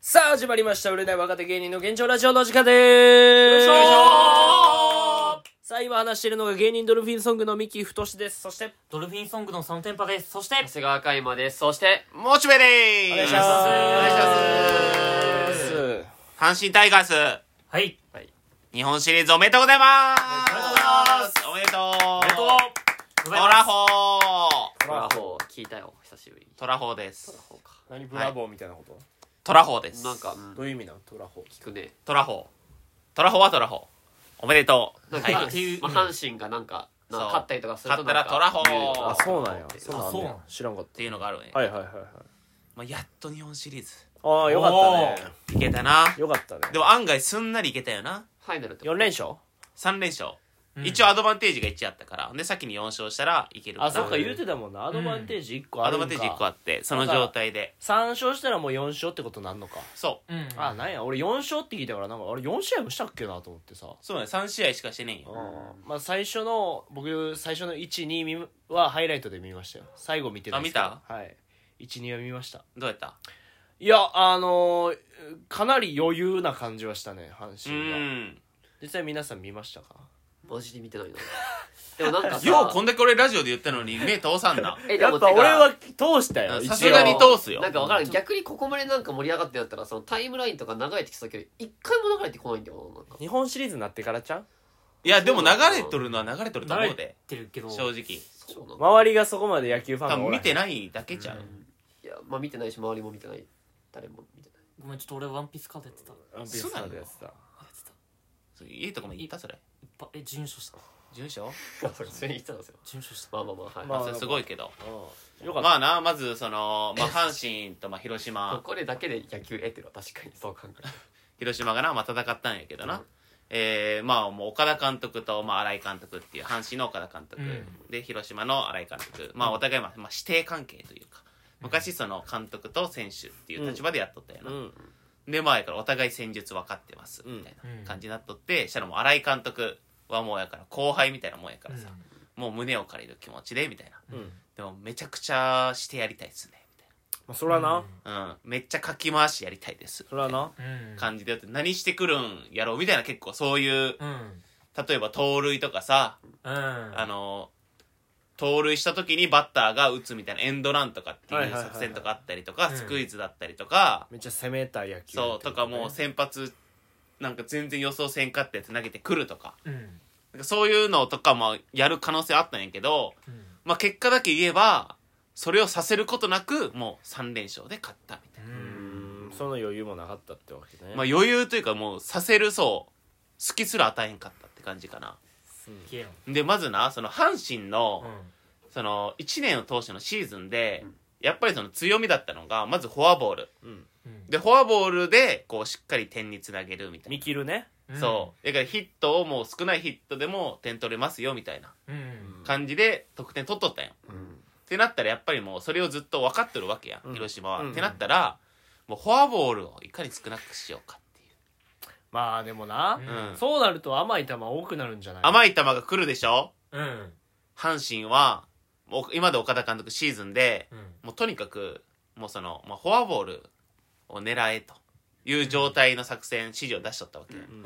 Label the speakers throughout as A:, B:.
A: さあ、始まりました。売れない若手芸人の現状ラジオの時間でーす。さあ、今話しているのが芸人ドルフィンソングの三木太です。そして、
B: ドルフィンソングのそのテンパです。そして、
C: 長谷川海馬です。そして、
D: モチベでーす
A: お願いします。
B: す
D: お願いします阪神タイガース
B: はい。
D: 日本シリーズおめでとうございますおめでとう
B: ありがとうござい
D: ト
B: ま
D: ラ
B: す。
D: ホー
C: ブラボー聞いたよ、久しぶりに。
D: トラホーです
C: そうか
A: 何ブラボーみたいなこと、
D: トラホーです
C: なんか、うん
A: どういう意味なのトラホ
C: 聞くね。
D: トラホートラホーはトラホーおめでとう
C: なん
D: は
C: か、
D: い
C: まあ
B: っていう
C: 阪神がなんか、
D: そう
C: なんか勝ったりとかする
D: 勝
C: と
D: ったら
C: なんか
D: トラホー
C: 言とか
A: ー。あ、そうなんや。そうなん
B: あそう
A: や
B: なん
A: 知らんかっ
D: っていうのがあるね
A: た。はいはいはいはい。
D: まあやっと日本シリーズ
A: ああ、よかったね。
D: いけたな
A: よかったね。
D: でも案外すんなりいけたよな
C: ファイナルってこ
A: 4
C: と
A: 連勝
D: 3連勝
B: うん
D: 一応アドバンテージが1あったからで先に4勝したらいけるから
A: あ、そっか、言うてたもんな。アドバンテージ1個あ
D: ア
A: る
D: ド
A: んか
D: バンテージ1個あってその状態で
A: 3勝したらもう4勝ってことなんのか。
D: そう
B: うん。
A: あ、なんや。俺4勝って聞いたから、なんか、あれ4試合もしたっけなと思ってさ。
D: そうね3試合しかしてねえよ
A: うんまあ最初の僕最初の12はハイライトで見ましたよ最後見てないですけど
D: あ
A: はい12は見ました
D: どうやった
A: いやあのーかなり余裕な感じはしたね阪
D: う
A: 神が
D: ん
A: 実際皆さん見ましたか
C: マジで見てないな。でもなん かさ、
D: ようこんだけ俺ラジオで言ったのに目通さんな
C: え、で
A: や
C: も
A: っぱ
C: てか
A: 俺は通したよ
D: うん
A: 一応
D: さすがに通すよ
C: なんかわからん。逆にここまでなんか盛り上がってやったら、そのタイムラインとか流れてきたけど、一回も流れてこないんだよな、なんか。
A: 日本シリーズになってからちゃん
D: いやでも流れとるのは流れとると思
B: 慣
D: う
B: れ
D: で
B: てるけど。
D: 正直
C: そうなんだ。
A: 周りがそこまで野球ファン
D: 多
A: がお
D: 分
A: らへ
D: 見
A: ん
D: てないだけちゃう
C: いや、まあ見てないし、周りも見てない。誰も見て ない。
B: ごめん、ちょっと俺ワンピースカードやってた。や
A: ワンピースカードやってた
B: ってた。
D: そう家とかも行ったそれ
B: いっぱいえ、準優勝した。
D: 住所
C: それ全員言ってたんですよ。
B: 準優勝した。
C: まあまあまあ、はい。
A: まあ
D: それすごいけど
A: うんよかった、
D: まあなまずそのまあ阪神とまあ広 島
C: ここでだけで野球得てるは確かにそう考える
D: 広島がなまあ戦ったんやけど
C: う
D: なんえーまあもう岡田監督とまあ新井監督っていう阪神の岡田監督
B: うん
D: で広島の新井監督まあお互いまあまあ師弟関係というか昔その監督と選手っていう立場でやっとったよな
A: うん
D: で前からお互い戦術分かってますみたいな感じになっとって、したらもう新井監督はもうやから後輩みたいなもんやからさ、もう胸を借りる気持ちでみたいな
A: うん
D: でもめちゃくちゃしてやりたいですねみ
A: まあ、それはな、
D: たいな、うん、めっちゃかき回しやりたいです
A: それはな
B: うん。
D: 感じでやって何してくるんやろうみたいな結構そういう
B: うん。
D: 例えば盗塁とかさ、
B: うん。
D: あの盗塁した時にバッターが打つみたいなエンドランとかって
A: はい
D: い
A: は
D: う
A: いはいはい
D: 作戦とかあったりとか、
B: うん
D: スクイズだったりとか、
A: めっちゃ攻めた野球
D: そうとかもう先発なんか全然予想せんかったやつ投げてくるとか
B: うん。
D: なんかそういうのとかもやる可能性あったんやけど、
B: うん。
D: まあ、結果だけ言えばそれをさせることなくもう3連勝で勝ったみたいな、
A: うんその余裕もなかったってわけね、
D: まあ、余裕というかもうさせるそう好きすら与えんかったって感じかな
B: 消え
D: でまずなその阪神の
B: ろ。
D: その1年を通してのシーズンでやっぱりその強みだったのがまずフォアボール
A: うん、
B: うん。
D: でフォアボールでこうしっかり点につなげるみたいな
A: 見切るね
B: うん。
D: そう。だからヒットをもう少ないヒットでも点取れますよみたいな
B: うん。うん。
D: 感じで得点取っとったんよ。ってなったらやっぱりもうそれをずっと分かってるわけや
A: うん
D: ん、広島は。
A: うん
D: ってなったら、もうフォアボールをいかに少なくしようかっていう。
A: まあでもな、
D: うん
A: そうなると甘い球多くなるんじゃないい
D: 甘い球が来るでしょ
B: うん。
D: 阪神は、もう今まで岡田監督シーズンで、
B: うん。
D: もうとにかく、もうその、まあ、フォアボールを狙えという状態の作戦、指示を出しとったわけやん。
B: うん。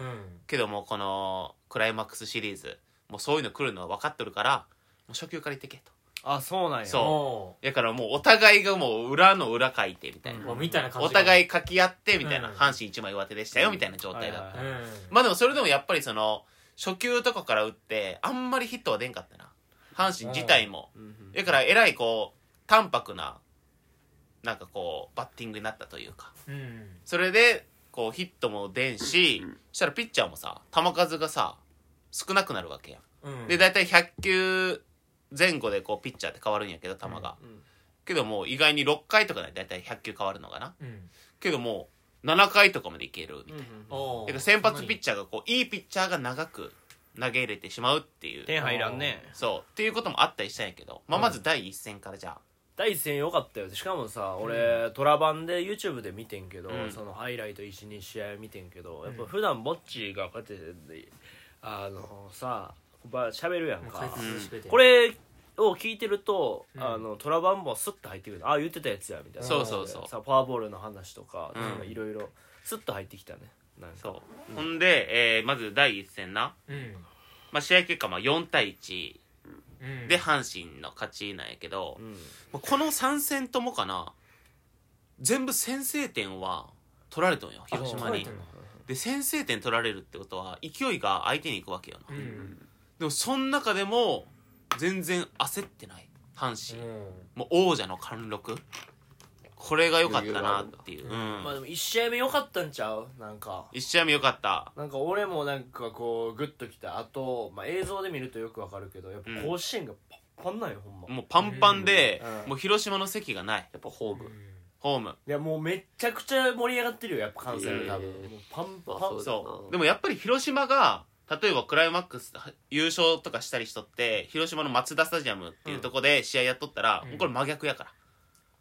D: けどもうこのクライマックスシリーズ、もうそういうの来るのは分かっとるから、もう初級からいってけと。
A: あそうなんや
D: そう
B: お
D: だからもうお互いがもう裏の裏書いてみたいな、
B: ーおみたいな感じ。
D: お互い書き合ってみたいな、
B: うん
D: 阪神一枚上手でしたよみたいな状態だった、
A: はいは
B: うん。
D: まあでもそれでもやっぱりその初球とかから打ってあんまりヒットは出んかったな阪神自体も、
A: うんうん
D: だからえらいこう淡白ななんかこうバッティングになったというか
B: うん。
D: それでこうヒットも出んし、
C: うん
D: そしたらピッチャーもさ球数がさ少なくなるわけやん
B: うん。
D: で大体100球前後でこうピッチャーって変わるんやけど球が、
A: うん
D: けどもう意外に6回とかで大体100球変わるのかな
B: うん。
D: けどもう7回とかまでいけるみたいな、
B: お
D: だか
B: ー
D: ら先発ピッチャーがこういいピッチャーが長く投げ入れてしまうっていう
A: 点入らんね
D: そうっていうこともあったりしたんやけど、まあ、まず第一戦からじゃあ、
A: 第一戦良かったよしかもさ俺トラ版で YouTube で見てんけど、
D: うん
A: そのハイライト12試合見てんけどやっぱ普段ぼっちがこうやってあのさば喋るやん
B: もう
A: か
B: 解説してくれて。
A: これを聞いてると、
B: うん
A: あのトラバンボンスッと入ってくるああ言ってたやつやみたいな
D: そうそうそう
A: さフォアボールの話とか
D: うん
A: なんかいろいろスッと入ってきたねなんか
D: そう、ほんで、えーまず第一戦な、
B: うん
D: まあ、試合結果まあ4対1
B: うん
D: で阪神の勝ちなんやけど、
A: うん
D: まあこの3戦ともかな全部先制点は取られとんよ広島
B: 取られ
D: に
B: てんの
D: で先制点取られるってことは勢いが相手に行くわけよな、
B: うん
D: でもその中でも全然焦ってない阪神、もう王者の貫禄これが良かったなっていう、うん
A: まあでも1試合目良かったんちゃうなんか
D: 一試合目良かった
A: なんか俺もなんかこうグッときたあと、まあ、映像で見るとよくわかるけどやっぱ
D: うん
A: 甲子園がパッパンなんよほんま、い
D: もうパンパンで、
A: うん
D: もう広島の席がない
C: やっぱホー
B: うん
C: ム
D: ホーム
A: やもうめっちゃくちゃ盛り上がってるよやっぱ関西の多分、
C: えー
A: もうパンパン、
C: まあそうだ
D: そう
C: な
D: でもやっぱり広島が例えばクライマックスは優勝とかしたりしとって広島のマツダスタジアムっていうとこで試合やっとったら、
B: うん
D: もうこれ真逆やから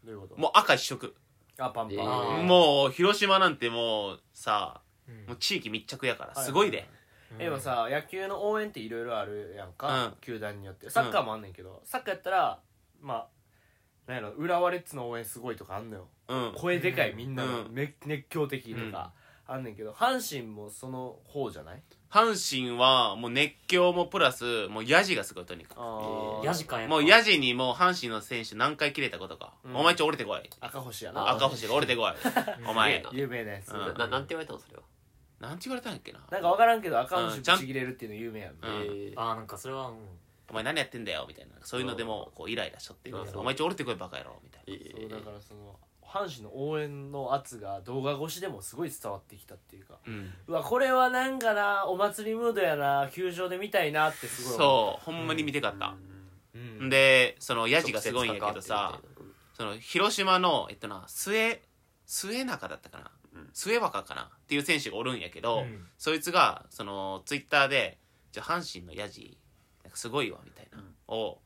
A: どういうこと
D: もう赤一色、
A: あパンパン、
C: えー
B: あー
D: もう広島なんてもうさ
B: うん
D: もう地域密着やから
A: はい
D: すごいで、
B: うん
A: でもさ野球の応援っていろいろあるやんか、
D: うん
A: 球団によってサッカーもあんねんけど、サッカーやったらまあなんやろ浦和レッズの応援すごいとかあんのよ
D: うん
A: 声でかいみんなの、
D: うん
A: め熱狂的とか、あんねんけど阪神もその方じゃない
D: 阪神はもう熱狂もプラスもうヤジがすごいとにか
A: あー
B: ヤジかやっ
D: く
B: ぱ
D: もうヤジにもう阪神の選手何回切れたことか、
A: うん
D: お前ちょ降りてこい
A: 赤星やな
D: 赤星が降 りてこいお前
C: すげ
A: 有名なやつ、
D: うん
C: なななんて言われたのそれは
D: なんて言われたんやっけな
A: なんか分からんけど赤星
D: うんちゃん
A: ぶち切れるっていうの有名やんね、
D: うん
C: えー
B: あーなんかそれはうん
D: お前何やってんだよみたいなそういうのでもこうイライラしとって
C: うん
D: お前ちょ降りてこいバカ野郎みたいな
C: え
A: そうだ
C: ー
A: からその阪神の応援の圧が動画越しでもすごい伝わってきたっていうか
D: うん
A: うわこれはなんかなお祭りムードやな球場で見たいなってすごい思
D: そうほんまに見てかった、
A: う、うん
D: でそのヤジがすごいんやけどさ
C: 直接関わってみ
D: その広島のえっとな末末中だったかな、
C: うん
D: 末若かなっていう選手がおるんやけど、
B: うん
D: そいつがそのツイッターで「じゃあ阪神のヤジなんかすごいわ」みたいな、
C: うん
D: を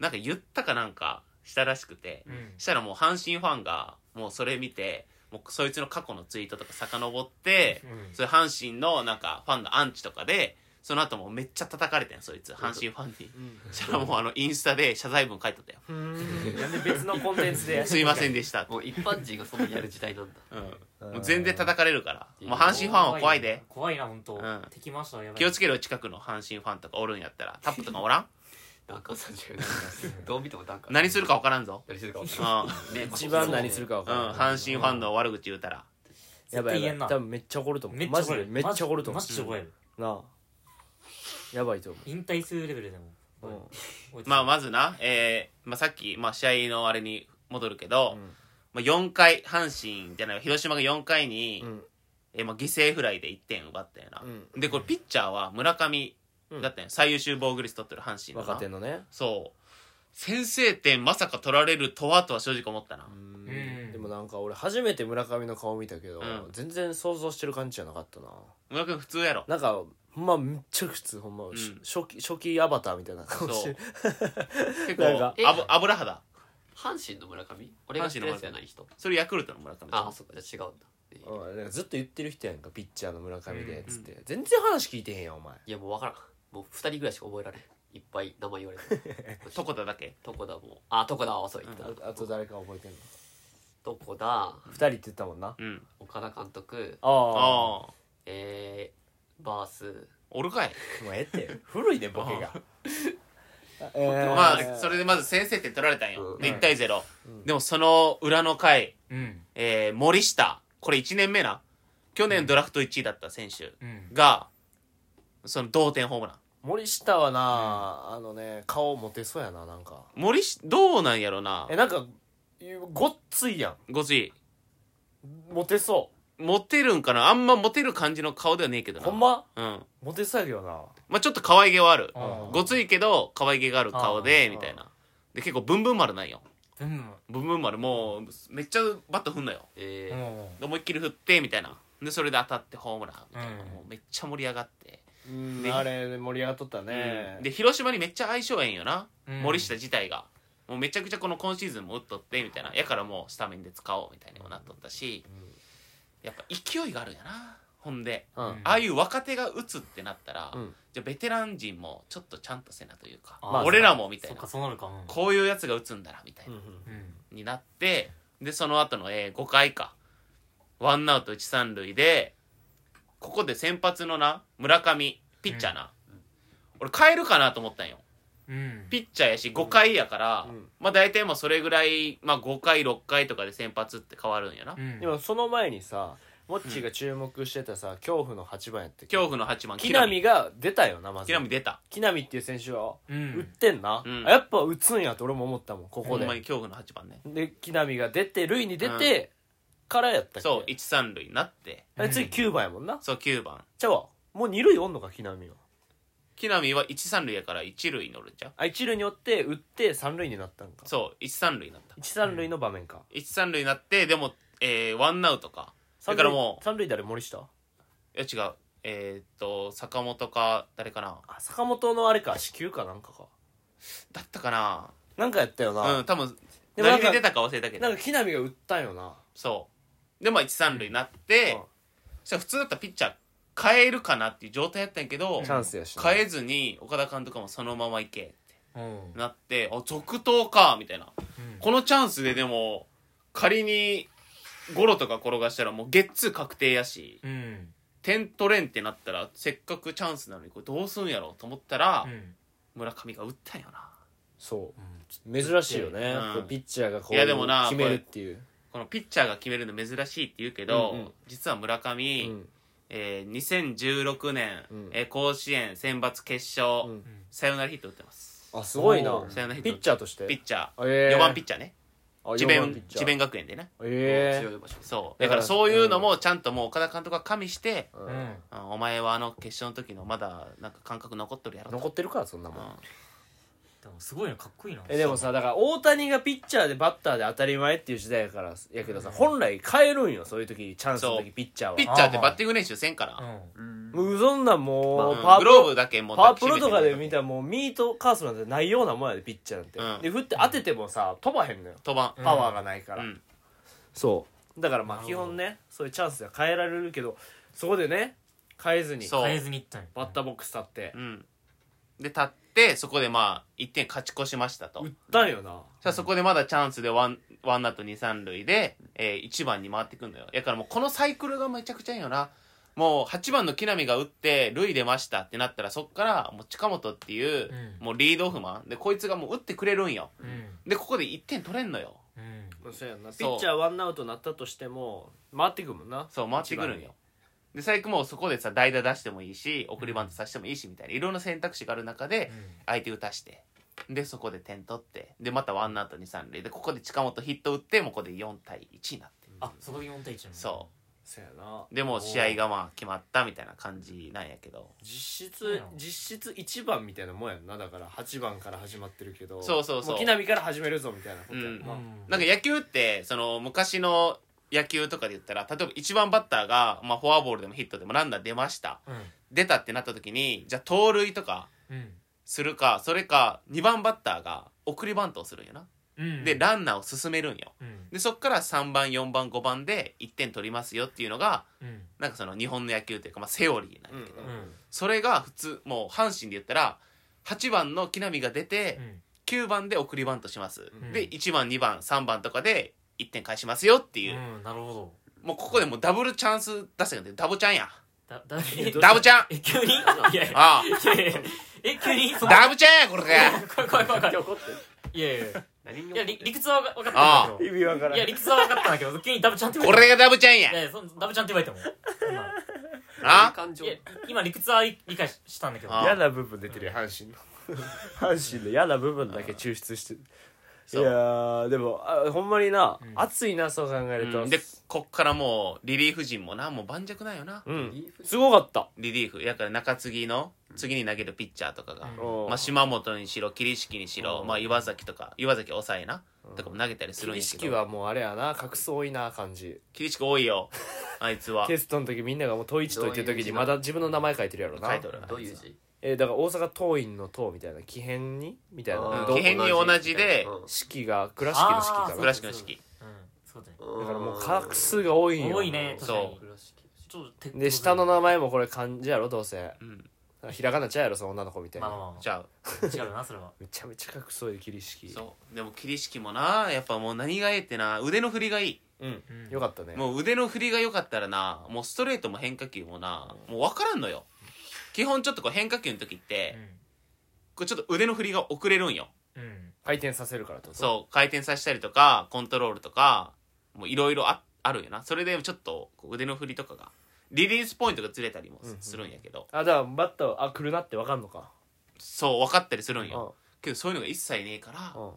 D: なんか言ったかなんかしたらしくて、
B: うん
D: したらもう阪神ファンがもうそれ見てもうそいつの過去のツイートとか遡って、
B: うん
D: それ阪神のなんかファンのアンチとかでその後もうめっちゃ叩かれてんそいつ阪神ファンに
A: うん
D: そしたらもうあのインスタで謝罪文書いとったよ
A: ふ ーんなんで別のコンテンツで
D: 「すいませんでした」
C: たもう一般人がそんなにやる時代なんだ
D: うん、もう全然叩かれるから
C: うん
D: もう阪神ファンは怖いで
B: 怖いな本当
D: うん
B: 敵回したらやばい
D: 気をつけろよ近くの阪神ファンとかおるんやったらタップとかおらん
C: ダンカンさんじゃないどう見てもダンカン
D: 何するか分からんぞ
C: 何するか分
D: う
C: か
D: ん、
C: ん
D: う
C: ない
D: ん、
C: ね
A: 一番何するか分からん
D: 阪神ファンの悪口言うたら
A: やばい
B: 絶対言
A: や
B: えん
A: ば
B: ない
A: 多分めっちゃ怒ると思う
B: めっちゃ
A: マジ
B: 怒
A: で
B: る
A: めっちゃ怒ると思
B: マジで怒る
A: うなあやばいと思
B: 引退するレベルでも
A: う、うん
D: まあまずな、えーまあ、さっき、まあ、試合のあれに戻るけど、
A: うん
D: まあ、4回阪神じゃない広島が4回に、
A: うん
D: えーまあ、犠牲フライで1点奪ったよな、
A: う
D: でこれピッチャーは村上だったよ、最優秀防御率取ってる阪神のな
A: 若手のね
D: そう先制点まさか取られるとはとは正直思ったな、
B: うん
A: でもなんか俺初めて村上の顔見たけど、
D: うん
A: 全然想像してる感じじゃなかったな
D: 村上普通やろ
A: なんかほんまめっちゃ普通ほんま、
D: ん
A: し初期初期アバターみたいな
D: そ
A: 顔
D: う
A: して る
D: 結
A: なんか
D: 構あぶ油肌
C: 阪神の村上俺が知ってるやつじゃない人
D: それヤクルトの村上
C: ああそっかじゃあ違うんだえー
A: うんなんかずっと言ってる人やんかピッチャーの村上でっつって、
D: う
A: 全然話聞いてへんやんお前
C: いやもう分からんもう2人ぐらいしか覚えられんいっぱい名前言われて
D: 床田だけ
C: どこだもうあどこだそう言った
A: ああと誰か覚えてんの
C: どこだ
A: 2人って言ったもんな
D: うん
C: 岡田監督
A: ああ
D: ああ
C: えー、バース
D: おるかい、
A: もうええって古いでボケが えー
D: まあそれでまず先制点取られたんよ、
C: うん
D: で1対0、でもその裏の回
B: うん
D: えー森下、これ1年目な。去年ドラフト1位だった選手
B: うん
D: が、その同点ホームラン。
A: 森下はな、あのね顔モテそうやななんか
D: 森下、どうなんやろな
A: えなんかごっついや
D: ごつい。
A: んモテそ
D: モテるんかなあんまモテる感じの顔ではねえけど
A: う
D: な。
A: ほんま
D: うん。
A: モテそうやけどな
D: まあちょっと可愛げはある。
B: あー
D: ごついけど、可愛げがある顔で、
A: あー
D: みたいな。で、結構ブンブン丸なんよ。
B: うん
D: ブンブン丸、もう、めっちゃバット振んのよ。
C: えー
B: も
D: で思いっきり振って、みたいな。で、それで当たってホームラン、みたいな。
B: うん
D: もうめっちゃ盛り上がって。
A: うん
D: ね
A: あれ盛り上がっとったね、
D: うんで広島にめっちゃ相性ええんよな、
B: うん
D: 森下自体がもうめちゃくちゃこの今シーズンも打っとってみたいなやからもうスタメンで使おうみたいにもなっとったし、やっぱ勢いがあるんやなほんで
A: うん
B: うん
D: ああいう若手が打つってなったら、
A: うん
D: じゃあベテラン陣もちょっとちゃんとせなというか、
B: あー
D: 俺らもみた
B: そっ
D: いな
B: かそうなるかうん
D: こういうやつが打つんだなみたいな、
B: うん
D: になってでその後の、えー5回かワンアウト一三塁でここで先発のな村上ピッチャーな、俺変えるかなと思ったんよ
B: うん
D: ピッチャーやし5回やから、
A: うん
D: まあ大体もうそれぐらい、まあ、5回6回とかで先発って変わるんやな、
B: うん
A: でもその前にさモッチーが注目してたさ恐怖の8番やって
D: 恐怖の8番
A: 木浪が出たよなまず
D: 木浪出た
A: 木浪っていう選手は
B: う
A: 打っ
B: ん
A: てんな、
D: うん
A: あやっぱ打つんやって俺も思ったもんここ
D: ほんまに
A: で
D: 恐怖の8番ね
A: で木浪が出て塁に出て、からやったっけ
D: そう一三塁になって
A: あれ次9番やもんな
D: そう9番
A: じゃあもう二塁おんのか木浪は
D: 木浪は一三塁やから一塁乗るんじゃん
A: あ一塁におって打って三塁になったんか
D: そう一三塁になった
A: 一三塁の場面か、
D: 一三塁になってでも、えー、ワンアウトか
A: 三
D: だ
A: 塁
D: からも
A: 三塁誰森下
D: ういや違うえー、っと坂本か誰かな
A: あ坂本のあれか四球かなんかか
D: だったか
A: なんかやったよな、
D: なうん多分
A: でもなん
D: 何
A: か
D: で出たか忘れたけ
A: な
D: ど
A: んか木浪が打ったんよな
D: そうでまあ一三塁になって、
A: うん
D: そしたら普通だったらピッチャー変えるかなっていう状態やったんやけど
A: チャンスやしな
D: 変えずに岡田監督もそのまま行け
B: うん
D: なってあ続投かみたいな
B: うん
D: このチャンスででも仮にゴロとか転がしたらもうゲッツー確定やし
B: うん
D: 点取れんってなったらせっかくチャンスなのにこれどうすんやろうと思ったら、
B: うん
D: 村上が打ったんよな
A: そう
B: うん
A: 珍しいよね、
D: うん
A: こうピッチャーがこう
D: いやでもな
A: 決めるっていう
D: このピッチャーが決めるの珍しいって言うけど、
A: うんうん
D: 実は村
A: う
D: 上、
A: ん
D: えー2016年、
A: うん
D: えー甲子園選抜決
A: う
D: 勝、
A: ん
D: サヨナラヒット打ってます
A: あすごいな
B: おー
D: サヨナラヒッ
A: ピ
D: ト
A: ッチャーとして
D: ピッチャー、
A: えー
D: 4番ピッチャーね
A: あ
D: 智
A: 四番ピ
D: 弁
A: ッチャー
D: 智弁学園でね
A: ええ
C: 強い場所です
D: そう
A: だか
D: だかららそういうのもちゃんともう岡田監督が加味して、
A: う
B: うんん
D: うんお前はあの決勝の時のまだなんか感覚残っとるやろと
A: 残ってるからそんなもん
D: う
B: でもすごいなかっこいいな
A: えでもさだから大谷がピッチャーでバッターで当たり前っていう時代やからやけどさ
B: うん
A: 本来変えるんよそういう時チャンスの
D: そ
A: 時
D: う
A: ピッチャ
D: んピ
A: ーは
D: ッチャーってバッティング練習せんから、
B: うん
A: もうそんなんもう
D: う
A: パ
D: ん
A: ワープ
D: グロー
A: ロ
D: ブだけも
A: パワープロとかで見た
D: ら
A: らもうミートカースなんてないようなもんやでピッチャーなんて
D: うん
A: で振って当ててもさ飛ばへんのよ
D: 飛ばん
B: うん
A: パワーがないから
D: うん
A: そうだからま
B: な
A: あ
B: る
A: 基
B: ほど
A: 本ねそういうチャンスでは変えられるけどそこでね変えずに
D: そう
B: 変えずにいったんや
A: バッターボックス立って
D: うんで立ってそこでまあ1点勝ち越しましたと
A: 打ったんよな
D: さあそこでまだチャンスでワンワンアウト二三塁で、えー、1番に回ってくんのよだからもうこのサイクルがめちゃくちゃいいよなもう8番の木浪が打って塁出ましたってなったらそっからもう近本っていう、
B: うん
D: もうリードオフマンでこいつがもう打ってくれるんよ
B: うん
D: でここで1点取れんのよ
B: うん
A: そうやなピ
D: そう
A: ッチャーワンアウトなったとしても回ってくもんな
D: そう回ってくるんよで最悪もうそこでさ代打出してもいいし送りバントさせてもいいしみたいないろんな選択肢がある中で相手打たしてでそこで点取ってでまたワンアウト二三塁でここで近本ヒット打ってもうここで4対1になってる
B: あそこで4対1なの
D: そ
A: そうやな
D: うでもう試合がまあ決まったみたいな感じなんやけど
A: 実
B: そう
A: 質
B: やん
A: 実質1番みたいなもんやんなだから8番から始まってるけど
D: そうそうそう
A: も木浪から始めるぞみたいなことやんな、
B: うん
D: なんか野球ってその昔の野球とかで言ったら例えば1番バッターが、まあ、フォアボールでもヒットでもランナー出ました
B: う
D: 出たってなった時にじゃあ盗塁とか
B: ん
D: するかそれか2番バッターが送りバントをするんよな、
B: うん
D: でランナーを進めるんよ
B: うん
D: でそっから3番4番5番で1点取りますよっていうのが
B: うん
D: なんかその日本の野球というか、まあ、セオリーなんやけど、
A: うん
B: うん
D: それが普通もう阪神で言ったら8番の木浪が出て
B: うん
D: 9番で送りバントします、
A: うん
D: で1番2番3番とかで1点返しますよっていう、
B: うんなるほど
D: もうここでもうダブルチャンス出せるんでダブちゃんや
B: だ
A: ど
B: だ
A: う
D: ダブちゃん
B: え急にいやいや
D: ああ
B: いやいやえ急にその
D: ダブちゃんやこれ
B: 怖
D: が
B: い怖い怖い怖い
A: 怒って
B: いやいやいや
A: 何に
B: いや
A: 怒
B: 理理屈は分かったんだ
A: る
B: け
A: 意味わか
B: ど
A: ら
B: い
A: ん
B: や理屈は分かったんだけど急にダブちゃんって言
D: こ
B: われ
D: れがダブちゃんや
B: たいやいやそんダブちゃんって言われても今
D: あ
C: 感情
B: いや今理屈は理解ししたんだけど
D: あ
A: 嫌な部分出てるよ阪神の 阪神の嫌な部分だけ抽出してるい
D: そう
A: やーでもあほんまにな、
B: うん
A: 熱いなそう考えると、
D: うんでこっからもうリリーフ陣もなもう盤石なんよな
A: うんすごかった、
D: リリーフやから中継ぎの次に投げるピッチャーとかが、
A: うん
D: まあ、島本にしろ桐敷にしろ、
A: うん
D: まあ、岩崎とか岩崎抑えな、とかも投げたりするん
A: 意
D: やけど
A: 識はもうあれやな隠す多いな感じ
D: 桐敷多 いよあいつは
A: テストの時みんながもう統一といってる時にまだ自分の名前書いてるやろな
D: 書いてる
C: どういう字
A: えーだから大阪桐蔭の桐みたいな木偏にみたい
D: ー
A: な
D: うん
A: ど
D: 木偏に同じで
C: うん
A: 式が倉敷の式
B: あ
A: か
B: ー
A: な
D: 倉敷の式
B: うんそうだね
A: だからもう画数が多いんよ
B: 多いね
D: そ
B: 確か
D: う
B: に
C: 倉敷
B: ちょっと手
A: で下の名前もこれ漢字やろどうせ
D: うん
A: ひらがなちゃうやろその女の子みたい
B: まあまあ
A: な
B: ま
D: じゃあ
B: あ違うよなそれは
A: めちゃめちゃかっこそういう桐敷
D: そうでも桐敷もなやっぱもう何がええってな腕の振りがいい
A: うん
B: うん
A: よかったね
D: もう腕の振りが良かったらなもうストレートも変化球もなもう分からんのよ基本ちょっとこう変化球の時ってこうちょっと腕の振りが遅れるんよ
B: うんうん
A: 回転させるからってこと
D: そう回転させたりとかコントロールとかもういろいろああるよなそれでちょっとこう腕の振りとかがリリースポイントがずれたりも
A: うんうん
D: するんやけど、
A: あだからバッターあ来るなってわかんのか
D: そう分かったりする
A: うん
D: よ、けどそういうのが一切ねえから、
A: んうん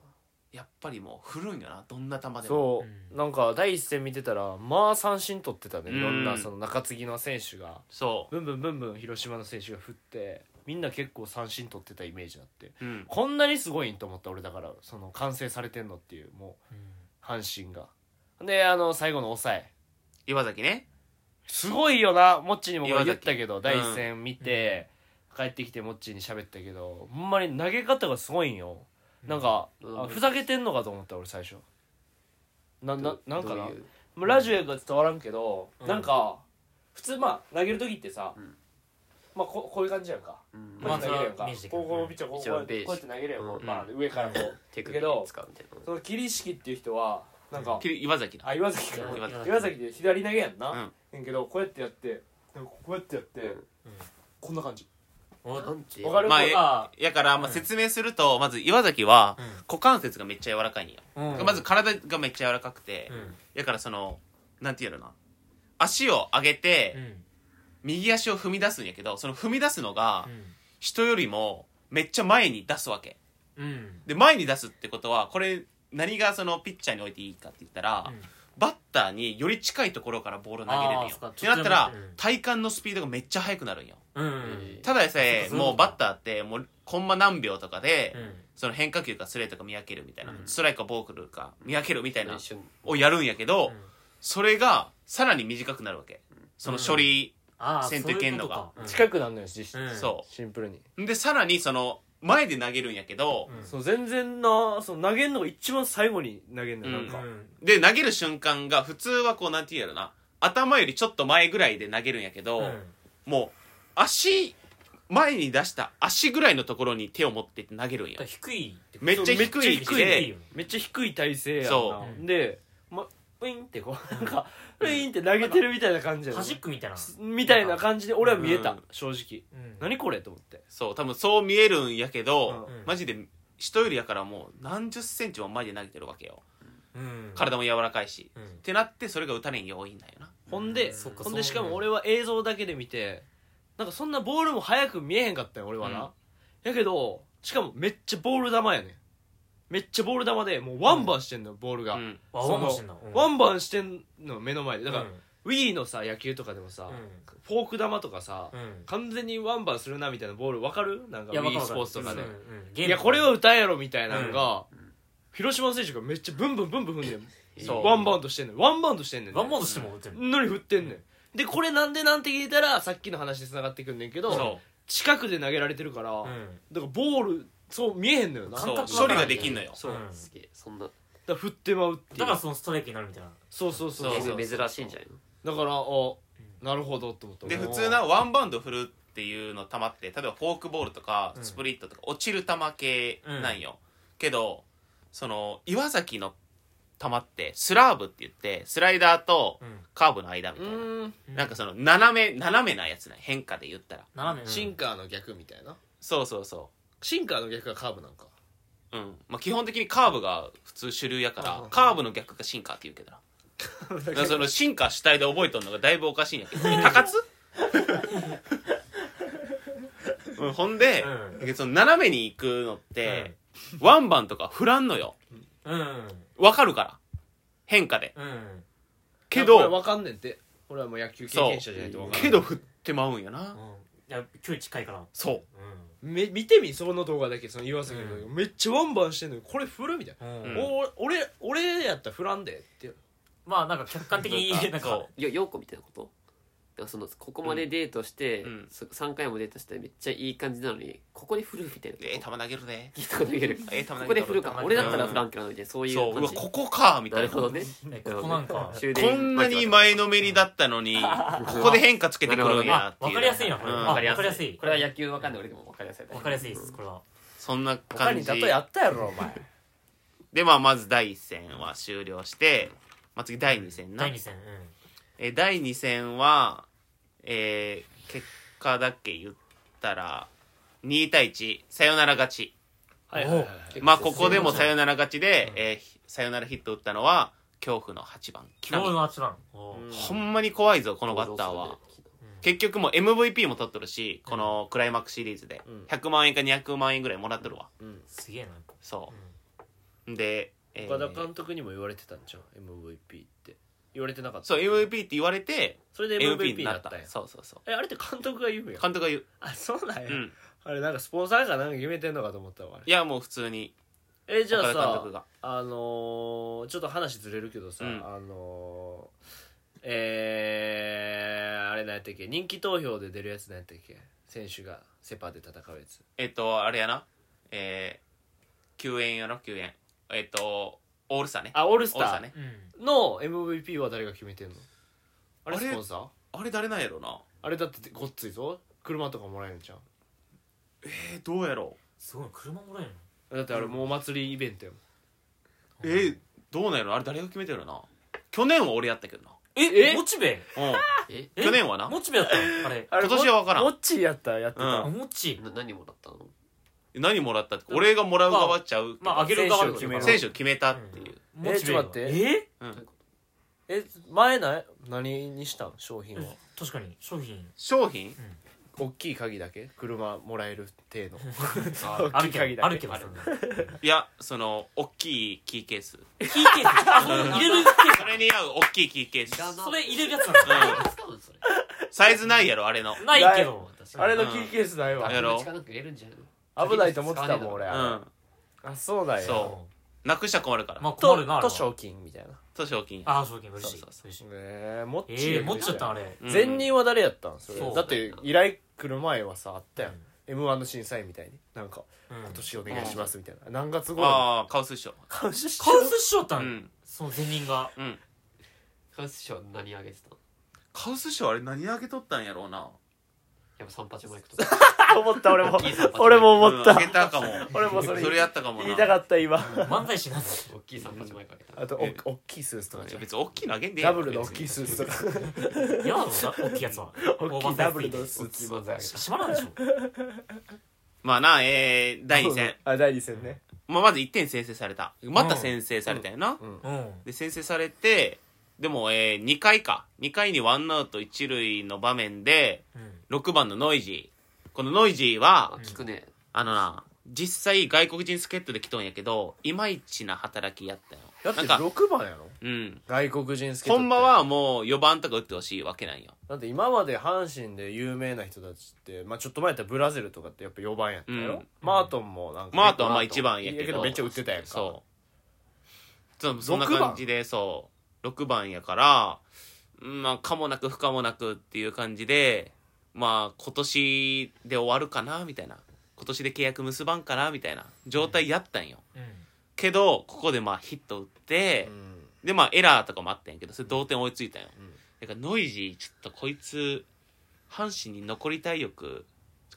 D: やっぱりもう振るんよなどんな球でも
A: そううんなんか第一戦見てたらまあ三振取ってたね
D: うん
A: いろんなその中継ぎの選手が
D: そ
A: ブンブンブンブン広島の選手が振ってみんな結構三振取ってたイメージあって
D: ううん
A: こんなにすごいんと思った俺だからその完成されてんのっていうも
B: うん
A: う阪神がであの最後の抑え
D: 岩崎ね
A: すごいよなモッチーにもこれ
D: 岩
A: 言っ
D: 崎
A: たけど第一戦見て、帰ってきてモッチーに喋ったけどほんまに投げ方がすごいんよなんか、
C: うん
A: あふざけてんのかと思った俺最初なな
C: ど
A: なんか
C: ど
A: な
C: ういう
A: もうラジオやから伝わらんけど、
B: うん
A: なんか普通まあ投げる時ってさ、
C: うん
A: まあここういう感じやんか、
C: うん
B: まあ
A: こうやって投げるやんか
B: それはイメージできる
A: こうこうピッチャーこう
C: 一
A: こうや
C: 番
A: って
C: ベーシ
A: こうやって投げるやんこう、
C: うん
A: バーンって上からこう
C: 手首
A: けど
C: 使うみたいな
A: その桐敷っていう人はなんか、
D: き岩崎な
A: あ岩崎か
D: うん
A: 岩
D: 岩
A: 崎
B: 崎
A: で左投げやんな、
D: うん
A: やんけどこうやってやってなんかこうやってやって、こんな感じ
B: お
C: なんて
A: わかる
D: まあえ
B: あ
D: やからまあ説明すると、まず岩崎は
B: うん
D: 股関節がめっちゃ柔らかいんよ、
A: うん
D: まず体がめっちゃ柔らかくて、
B: うん
D: やからそのなんて言うのな足を上げて、
B: うん
D: 右足を踏み出すんやけどその踏み出すのが
B: うん
D: 人よりもめっちゃ前に出すわけ
B: うん
D: で前に出すってことはこれ何がそのピッチャーにおいていいかって言ったら、
B: うん
D: バッターにより近いところからボールを投げれる
B: あ
D: ん
B: ー
D: よ
B: そっか
D: ってなったら
B: ちょっとでもうん
D: 体幹のスピードがめっちゃ速くなるんよ
B: うん
C: え
D: ただでさえ
B: そうそうそう
D: もうバッターってもうコンマ何秒とかで、
B: うん
D: その変化球かストレートか見分けるみたいな、
B: うん
D: ストライクかボールか見分けるみたいな
C: 一瞬
D: をやるんやけど、
B: うん
D: それがさらに短くなるわけその処理、
B: ああ
D: せんといけんのが
A: 近くなんのよ実質、
B: うん
D: そ
A: シンプルに、
D: うでさらにその前で投げるんやけど、
A: そう全然なその投げんのが一番最後に投げんのよ、
D: うん
A: なん
B: か
A: か、
D: で投げる瞬間が普通はこうなんて言うやろな頭よりちょっと前ぐらいで投げるんやけど、もう足前に出した足ぐらいのところに手を持ってって投げるんよ
B: 低いってこと
D: めっちゃ低い
A: そうめっちゃ低い
D: で
B: よね
A: めっちゃ低い体勢やんな
D: そう
A: で、ま、ウインってこうなんかウインって投げてるみたいな感じやな
B: 端っこみたいな
A: みたいな感じで俺は見えた、
D: うん
A: 正直
B: うん
A: 何これと思って
D: そう多分そう見えるんやけど、
B: うん
D: マジで人よりやからもう何十センチも前で投げてるわけよ
B: うん
D: 体も柔らかいし、
B: うん
D: ってなってそれが打たれん要因だよな
A: ほんで、
B: うんそっか
A: ほんで
B: そ
A: し
B: う
A: かも俺は映像だけで見てなんかそんなボールも速く見えへんかったよ俺はな、やけどしかもめっちゃボール球やねんめっちゃボール球でもうワンバンしてんのよ、ボールが、
D: うん
B: あワンバンしてんだ
A: ワンバンしてんの目の前でだから、
B: うん
A: Wii のさ野球とかでもさ、
B: う
A: フォーク球とかさ、
B: んうん
A: 完全にワンバンするなみたいなボールわかるなんか
B: いやわ
A: Wii
B: かるわ
A: ス
B: か
A: ポ
B: る
A: ーツとかで、
B: うんうんゲーム
A: いやこれを歌えやろみたいなのが、広島の選手がめっちゃブンブンブンブン踏んでん
D: そう
A: ワンバウンドしてんねんワンバウンドしてんねんね
B: ワンバウンドしても打てる
A: 何振ってんねんでこれなんでなんて聞いたらさっきの話でつながってくんねんけど
D: そ
A: 近くで投げられてるから、だからボールそう見えへんのよな
D: う
A: だ
B: 感
A: か
D: そ
B: 覚
D: う処理ができんのよ
C: そう
B: うん
C: すげえそんな
A: ら振ってまうっていう
B: だからそのストライクになるみたいな
A: そうそうそう
D: そ
A: そうう
D: そ
C: 珍しいんじゃないの
A: だからあなるほどと思った
D: で
A: 俺
D: 普
A: も
D: 通なワンバウンド振るっていうの球って例えばフォークボールとか
B: うん
D: スプリットとか落ちる球系なんよ、けどその岩崎の球ってスラーブって言ってスライダーと
B: うん
D: カーブの間み
A: う
D: たいな、
A: ーん
D: なんかその斜め斜めなやつなんよ変化で言ったら
B: 斜めうん
A: シンカーの逆みたいな
D: そうそうそ
A: シンカーの逆がカーブなんか
D: ううんまあ基本的にカーブが普通主流やか
A: うん
D: らカーブの逆がシンカーって言うけどな だか らそのシンカー主体で覚えとんのがだいぶおかしいんやけど高津 うんほんで、
B: うん
D: だけどその斜めに行くのって、ワンバンとか振らんのよ
B: うん
D: わかるから変化で
B: うん
D: け
A: 俺
D: ど
A: 分かんねんって俺はもう野球経験者じゃないと分かんな
D: け
A: い
D: ど振ってまうんよな、
B: いや距離近いから
D: そう
B: う
A: め見てみその動画だけその岩崎の動画、めっちゃワンバンしてんのにこれ振るみたいな、
B: ん
D: うん
A: お俺俺やったら振らんでって
B: まあなんか客観的に
D: なん か
B: なん
D: そ
B: か
D: う
C: よ陽子みたいなことだからそのここまでデートして、
D: うんうん
C: そ3回もデートしてめっちゃいい感じなのにここで振るみたいな
D: ええ球投げるね
C: ギター投げる
D: ええ球投げ
C: ここで振る
B: 球投
C: か
B: げる
C: 俺だったらフランケなのでそういう
D: そうう
C: 感
D: わ
C: じ
D: ここかみた
C: ないる
D: な
C: ほどね
B: えここなん か
C: 終電
D: こんなに前のめりだったのにここで変化つけてくるんや
B: あ
D: っていう
B: わかりやすいなこれ
D: うん
B: あわかりやすい
C: これは野球わかんない俺でもわかりやすい
B: わかりやすいですこれは
D: そんな
E: 他
D: 感
E: に
D: じ
E: 例えあったやろお前
D: でまあまず第一戦は終了して、まあ、次第二戦な
B: 第二戦うん
D: えー第2戦は、えー結果だけ言ったら2対1サヨナラ勝ち
A: はいはいはいはい
D: まあここでもサヨナラ勝ちで、えーひサヨナラヒット打ったのは恐怖の8番木
B: 今日
D: 浪
B: の8番おー
D: ほんまに怖いぞこのバッターは結局もう MVP も取っとるしこのクライマックスシリーズで
A: うん
D: 100万円か200万円ぐらいもらっとるわ
A: うん
B: すげえな
D: そうで、えー
A: 岡田監督にも言われてたんじゃん MVP って言われてなかった
D: そう MVP って言われて
A: それで
D: MVP
A: MVP
D: に
A: に
D: な
A: な
D: っ
A: ったたんや
D: そうそうそ
A: えあれって監督が言うんや
D: う監督が言う、
A: あそうなんや、
D: うん、
A: あれなんかスポンサーかなんか決めてんのかと思ったわあれ
D: いやもう普通に
A: えじゃあ
D: 岡田監
A: さ
D: 督が
A: あのー、ちょっと話ずれるけどさ、
D: うん
A: あのー、えー、あれ何やったっけ人気投票で出るやつ何やったっけ選手がセ・パで戦うやつ
D: えっと、あれやな。えー、救援やろ、救援。えっと、オールスターね。
A: あオールスタ
D: オールスタ
A: ー
D: ーね。
B: んうん
A: の MVP は誰が決めてんのあれ
D: あれ
A: スポンサー
D: あれ誰なんやろな。
A: あれだってごっついぞ車とかもらえるんじゃん
D: えー、どうやろ
B: すごい車もらえるの
A: だってあれもうお祭りイベントやもん
D: う。えー、どうなんやろあれ誰が決めてるな。去年は俺やったけど
B: え
E: え
B: モチベ
D: な。う
C: え
D: ん。去年はな。
B: モチベだったのあれ
E: あれ
D: 今年はわからん
E: もっちーやったらやって
D: う
E: た
B: あモチ
C: な何もらったの
D: 何もらったって。俺がもらう側ちゃうけど。
B: まああげる側
E: 選手を決める
D: 選手を決めたっていう。
B: モチベ
E: えちょ
B: が
E: っと待って
B: え
D: うん。
E: え前な何にしたん商品は
B: 確かに 商品
D: 商品
A: 大きい鍵だけ車もらえる 程度
B: あるけ
E: 鍵だ
B: ど
E: け
B: あるけどそんなキーケ
D: いや、その、大きいキーケース。
B: ース入れるケー
D: それに合う大きいキーケー
C: いらな
D: ス。
B: スそれ入れるやつなんですか
C: 使うのそれ
D: サイズないやろ、あれの。
B: ないけど
E: あれ
D: だ
E: のキーケース ないわ
D: やろ
C: 口かなんか入れるんじゃないの
E: 危ないと思ってたもん俺
D: う
E: あ
D: ん。
E: れあそうだ
D: そ
E: よ
D: うなくしちゃ困るから
B: ま。あ困
E: と
B: るなあれ
E: と
B: は
E: 賞金みたいな
D: と賞金。
B: ああ賞金嬉しい
D: そうそう
B: 嬉しい
E: ええもっちー
B: ええモチベだったのあれ
D: うん
E: 前任は誰やったんそれ
B: そう
E: だって依頼来る前はさあったやん
B: うん
E: m 1の審査員みたいになんか
B: うん
E: 今年お願いしますみたいな何月頃
D: ああ、カオス師匠。
E: 監視し
B: カウスしようった
D: うんん。
B: その前任が
D: うん。
C: カウス賞何あげてたの
D: カウス賞あれ何あげとったんやろうな
C: やっぱ三八マイクとか
E: た思った俺も
C: 大きい三八
E: 俺も思っ
D: うん
E: た
D: あげたかも
E: 俺もそれ
D: それやったかもな
E: 言いたかった今
B: 漫才師なんです
C: 大きい三八マイクあげた
E: あとおっきいスーツとか
D: い
E: じ
D: や
E: ゃん
D: 別に大きいのあげんでええ
E: ダ
D: よ
E: ブルの大きいスーツとか
B: 嫌だろうな大きいやつは
E: 大きいダブルのスーツ
C: 大きい漫才師
B: 閉まらんでしょ
D: まあなえー、第2戦、
E: あ第2戦ね
D: まあ、まず1点先制されたまた先制されたよな、
E: うん
B: うん
D: で先制されてでも、えー、2回か2回にワンアウト1塁の場面で
B: うん
D: 6番のノイジーこのノイジーは
C: あ聞くね
D: あのな実際外国人助っ人で来とんやけどいまいちな働きやったよ
E: だって
D: なんか
E: 6番やろ
D: うん
E: 外国人スケ
D: ほんまはもう4番とか打ってほしいわけなんよ
E: だって今まで阪神で有名な人たちって、まあ、ちょっと前やったらブラゼルとかってやっぱ4番やったやろ、
D: うん
E: マートンもなんか
D: マートンはまあ一番やけど
E: いめっちゃ打ってたやんか
D: そうそうそんな感じでそう6番やからうんまあかもなく不可もなくっていう感じでまあ今年で終わるかなみたいな今年で契約結ばんかなみたいな状態やったんよ、
B: うん
D: けどここでまあヒット打って
E: う、ん
D: でまあエラーとかもあったんやけどそれ同点追いついたんよ、だからノイジーちょっとこいつ阪神に残りたい欲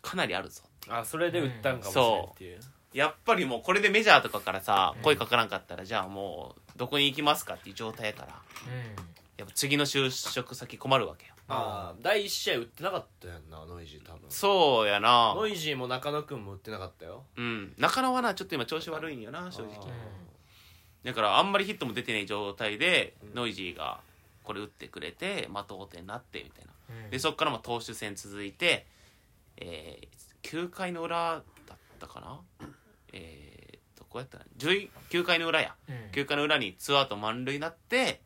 D: かなりあるぞ
E: あそれで打ったんかもしれないっていう,、
D: やっぱりもうこれでメジャーとかからさ
B: うん
D: 声かからんかったらじゃあもうどこに行きますかっていう状態やからやっぱ次の就職先困るわけよ
E: ああ
A: 第1試合打ってなかったやんなノイジー多分
D: そうやな
A: ノイジーも中野くんも打ってなかったよ
D: うん中野はなちょっと今調子悪いんよな正
A: あ
D: 直
A: ー
B: うん
D: だからあんまりヒットも出てない状態でノイジーがこれ打ってくれてまあ同点になってみたいな
B: うん
D: でそっからも投手戦続いてえー9回の裏だったかなえーっとこうやったら9回の裏や
B: うん
D: 9回の裏にツーアウト満塁になって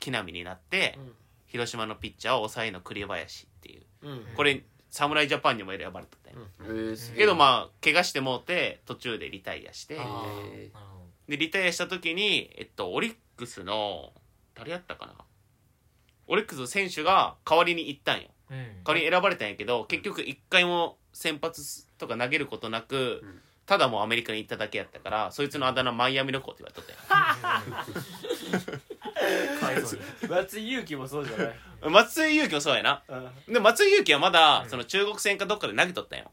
D: 木浪になって、
A: うん
D: 広島のピッチャーを抑えの栗林っていう
A: うん
D: これ侍ジャパンにも選ばれてたよ、
C: えーすげえ
D: けどまあ怪我してもうて途中でリタイアして
B: あ
C: え
B: ー
C: ー
B: なるほ
D: でリタイアした時に、えっと、オリックスの誰やったかなオリックスの選手が代わりに行ったんよ
B: うん
D: 代わりに選ばれたんやけど結局一回も先発とか投げることなく、
C: ん
D: ただもうアメリカに行っただけやったからそいつのあだ名マイアミの子って言われとって
B: かわいそうに
A: 松井裕樹もそうじゃない
D: 松井裕樹もそうやなで松井裕樹はまだその中国戦かどっかで投げとったんよ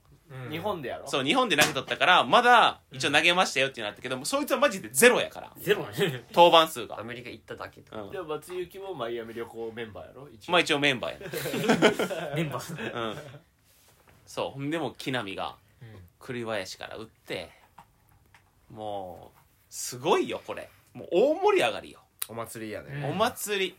B: うん
A: 日本でやろ
D: そう日本で投げとったからまだ一応投げましたよっていうのあったけどもうそいつはマジでゼロやから
B: ゼロだね
D: 登板数
C: ア
D: が、
C: メリカ行っただけと
D: う
C: か
D: ん
A: で、も松井裕樹もマイアミ旅行メンバーやろ一応
D: まあ一応メンバーやね
B: メンバー
D: うんそうほんでもう木浪が
B: うん
D: 栗林から打ってもうすごいよこれもう大盛り上がりよ、
E: お祭りや
B: うん
E: ね
D: お祭り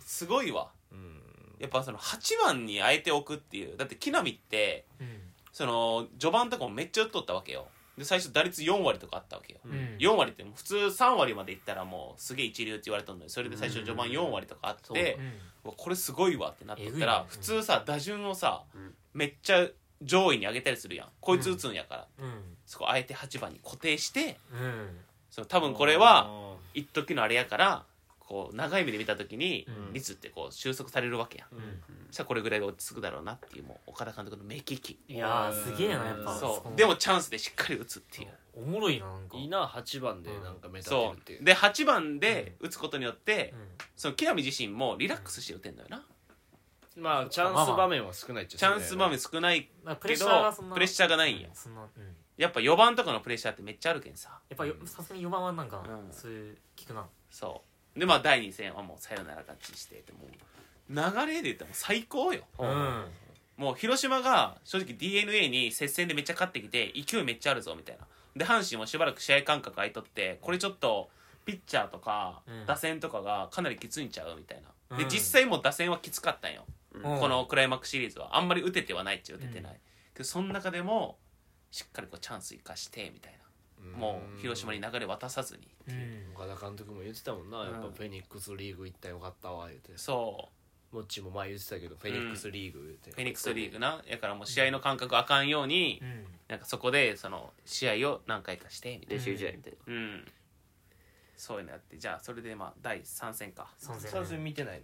D: すごいわ
E: うん
D: やっぱその8番にあえておくっていうだって木浪って
B: うん
D: その序盤とかもめっちゃ打っとったわけよで最初打率4割とかあったわけよ、
B: うん
D: 4割って普通3割までいったらもうすげえ一流って言われたんだよそれで最初序盤4割とかあっ
C: うん
D: て
B: う、ん
D: うわこれすごいわってなっとったら
B: えぐいね
D: 普通さ打順をさ、
C: うん
D: めっちゃ上位に上げたりするやんこいつ打つんやから、
B: うん
D: そこあえて8番に固定して
B: うん
D: その多分これは一時のあれやからこう長い目で見た時に
B: うん
D: 率ってこう収束されるわけやん、
B: うん
D: そしたらこれぐらいで落ち着くだろうなっていうもう岡田監督の目利き
B: いやーすげえなやっぱ
D: そ
B: の
D: うでもチャンスでしっかり打つっていう
B: おもろいななんか
E: いいな8番でなんか目立てる
D: そ
E: っていう
D: うで8番で打つことによって
B: うん
D: その木浪自身もリラックスして打てんだよな
E: まあチャンス場面は少ないっちゃ
D: チャンス場面少ない
B: まあプレ
D: け
B: ッシ
D: ど
B: ャーがそんな
D: プレッシャーがないんや
B: そんなうん
D: やっぱ4番とかのプレッシャーってめっちゃあるけんさ
B: やっぱよさすがに4番はなんか
D: うん
B: そういう聞くな
D: そうでまあ第2戦はもうサヨナラ勝ちしてでもう流れで言ったらもう最高よ
B: うん
D: もう広島が正直 d n a に接戦でめっちゃ勝ってきて勢いめっちゃあるぞみたいなで阪神もしばらく試合間隔空いとってこれちょっとピッチャーとか
B: うん
D: 打線とかがかなりきついんちゃうみたいなで
B: うん
D: 実際もう打線はきつかったんよ
B: うん
D: このクライマックスシリーズはあんまり打ててはないっちゃ打ててないけどその中でもしっかりこうチャンス生かしてみたいなもう広島に流れ渡さずに
B: うん
E: 岡田監督も言ってたもんなやっぱフェニックスリーグ行ったらよかったわ言うて
D: そう
E: モッチーも前言ってたけどフェニックスリーグ言う
D: フ
E: て
D: ェニックスリーグなやからもう試合の間隔あかんように、
B: うん
D: なんかそこでその試合を何回かしてみたい
C: 練習試合みたい
D: なうんそういうのやってじゃあそれでまあ第3戦か
B: 参
E: チャンス
B: 戦
E: 見てないね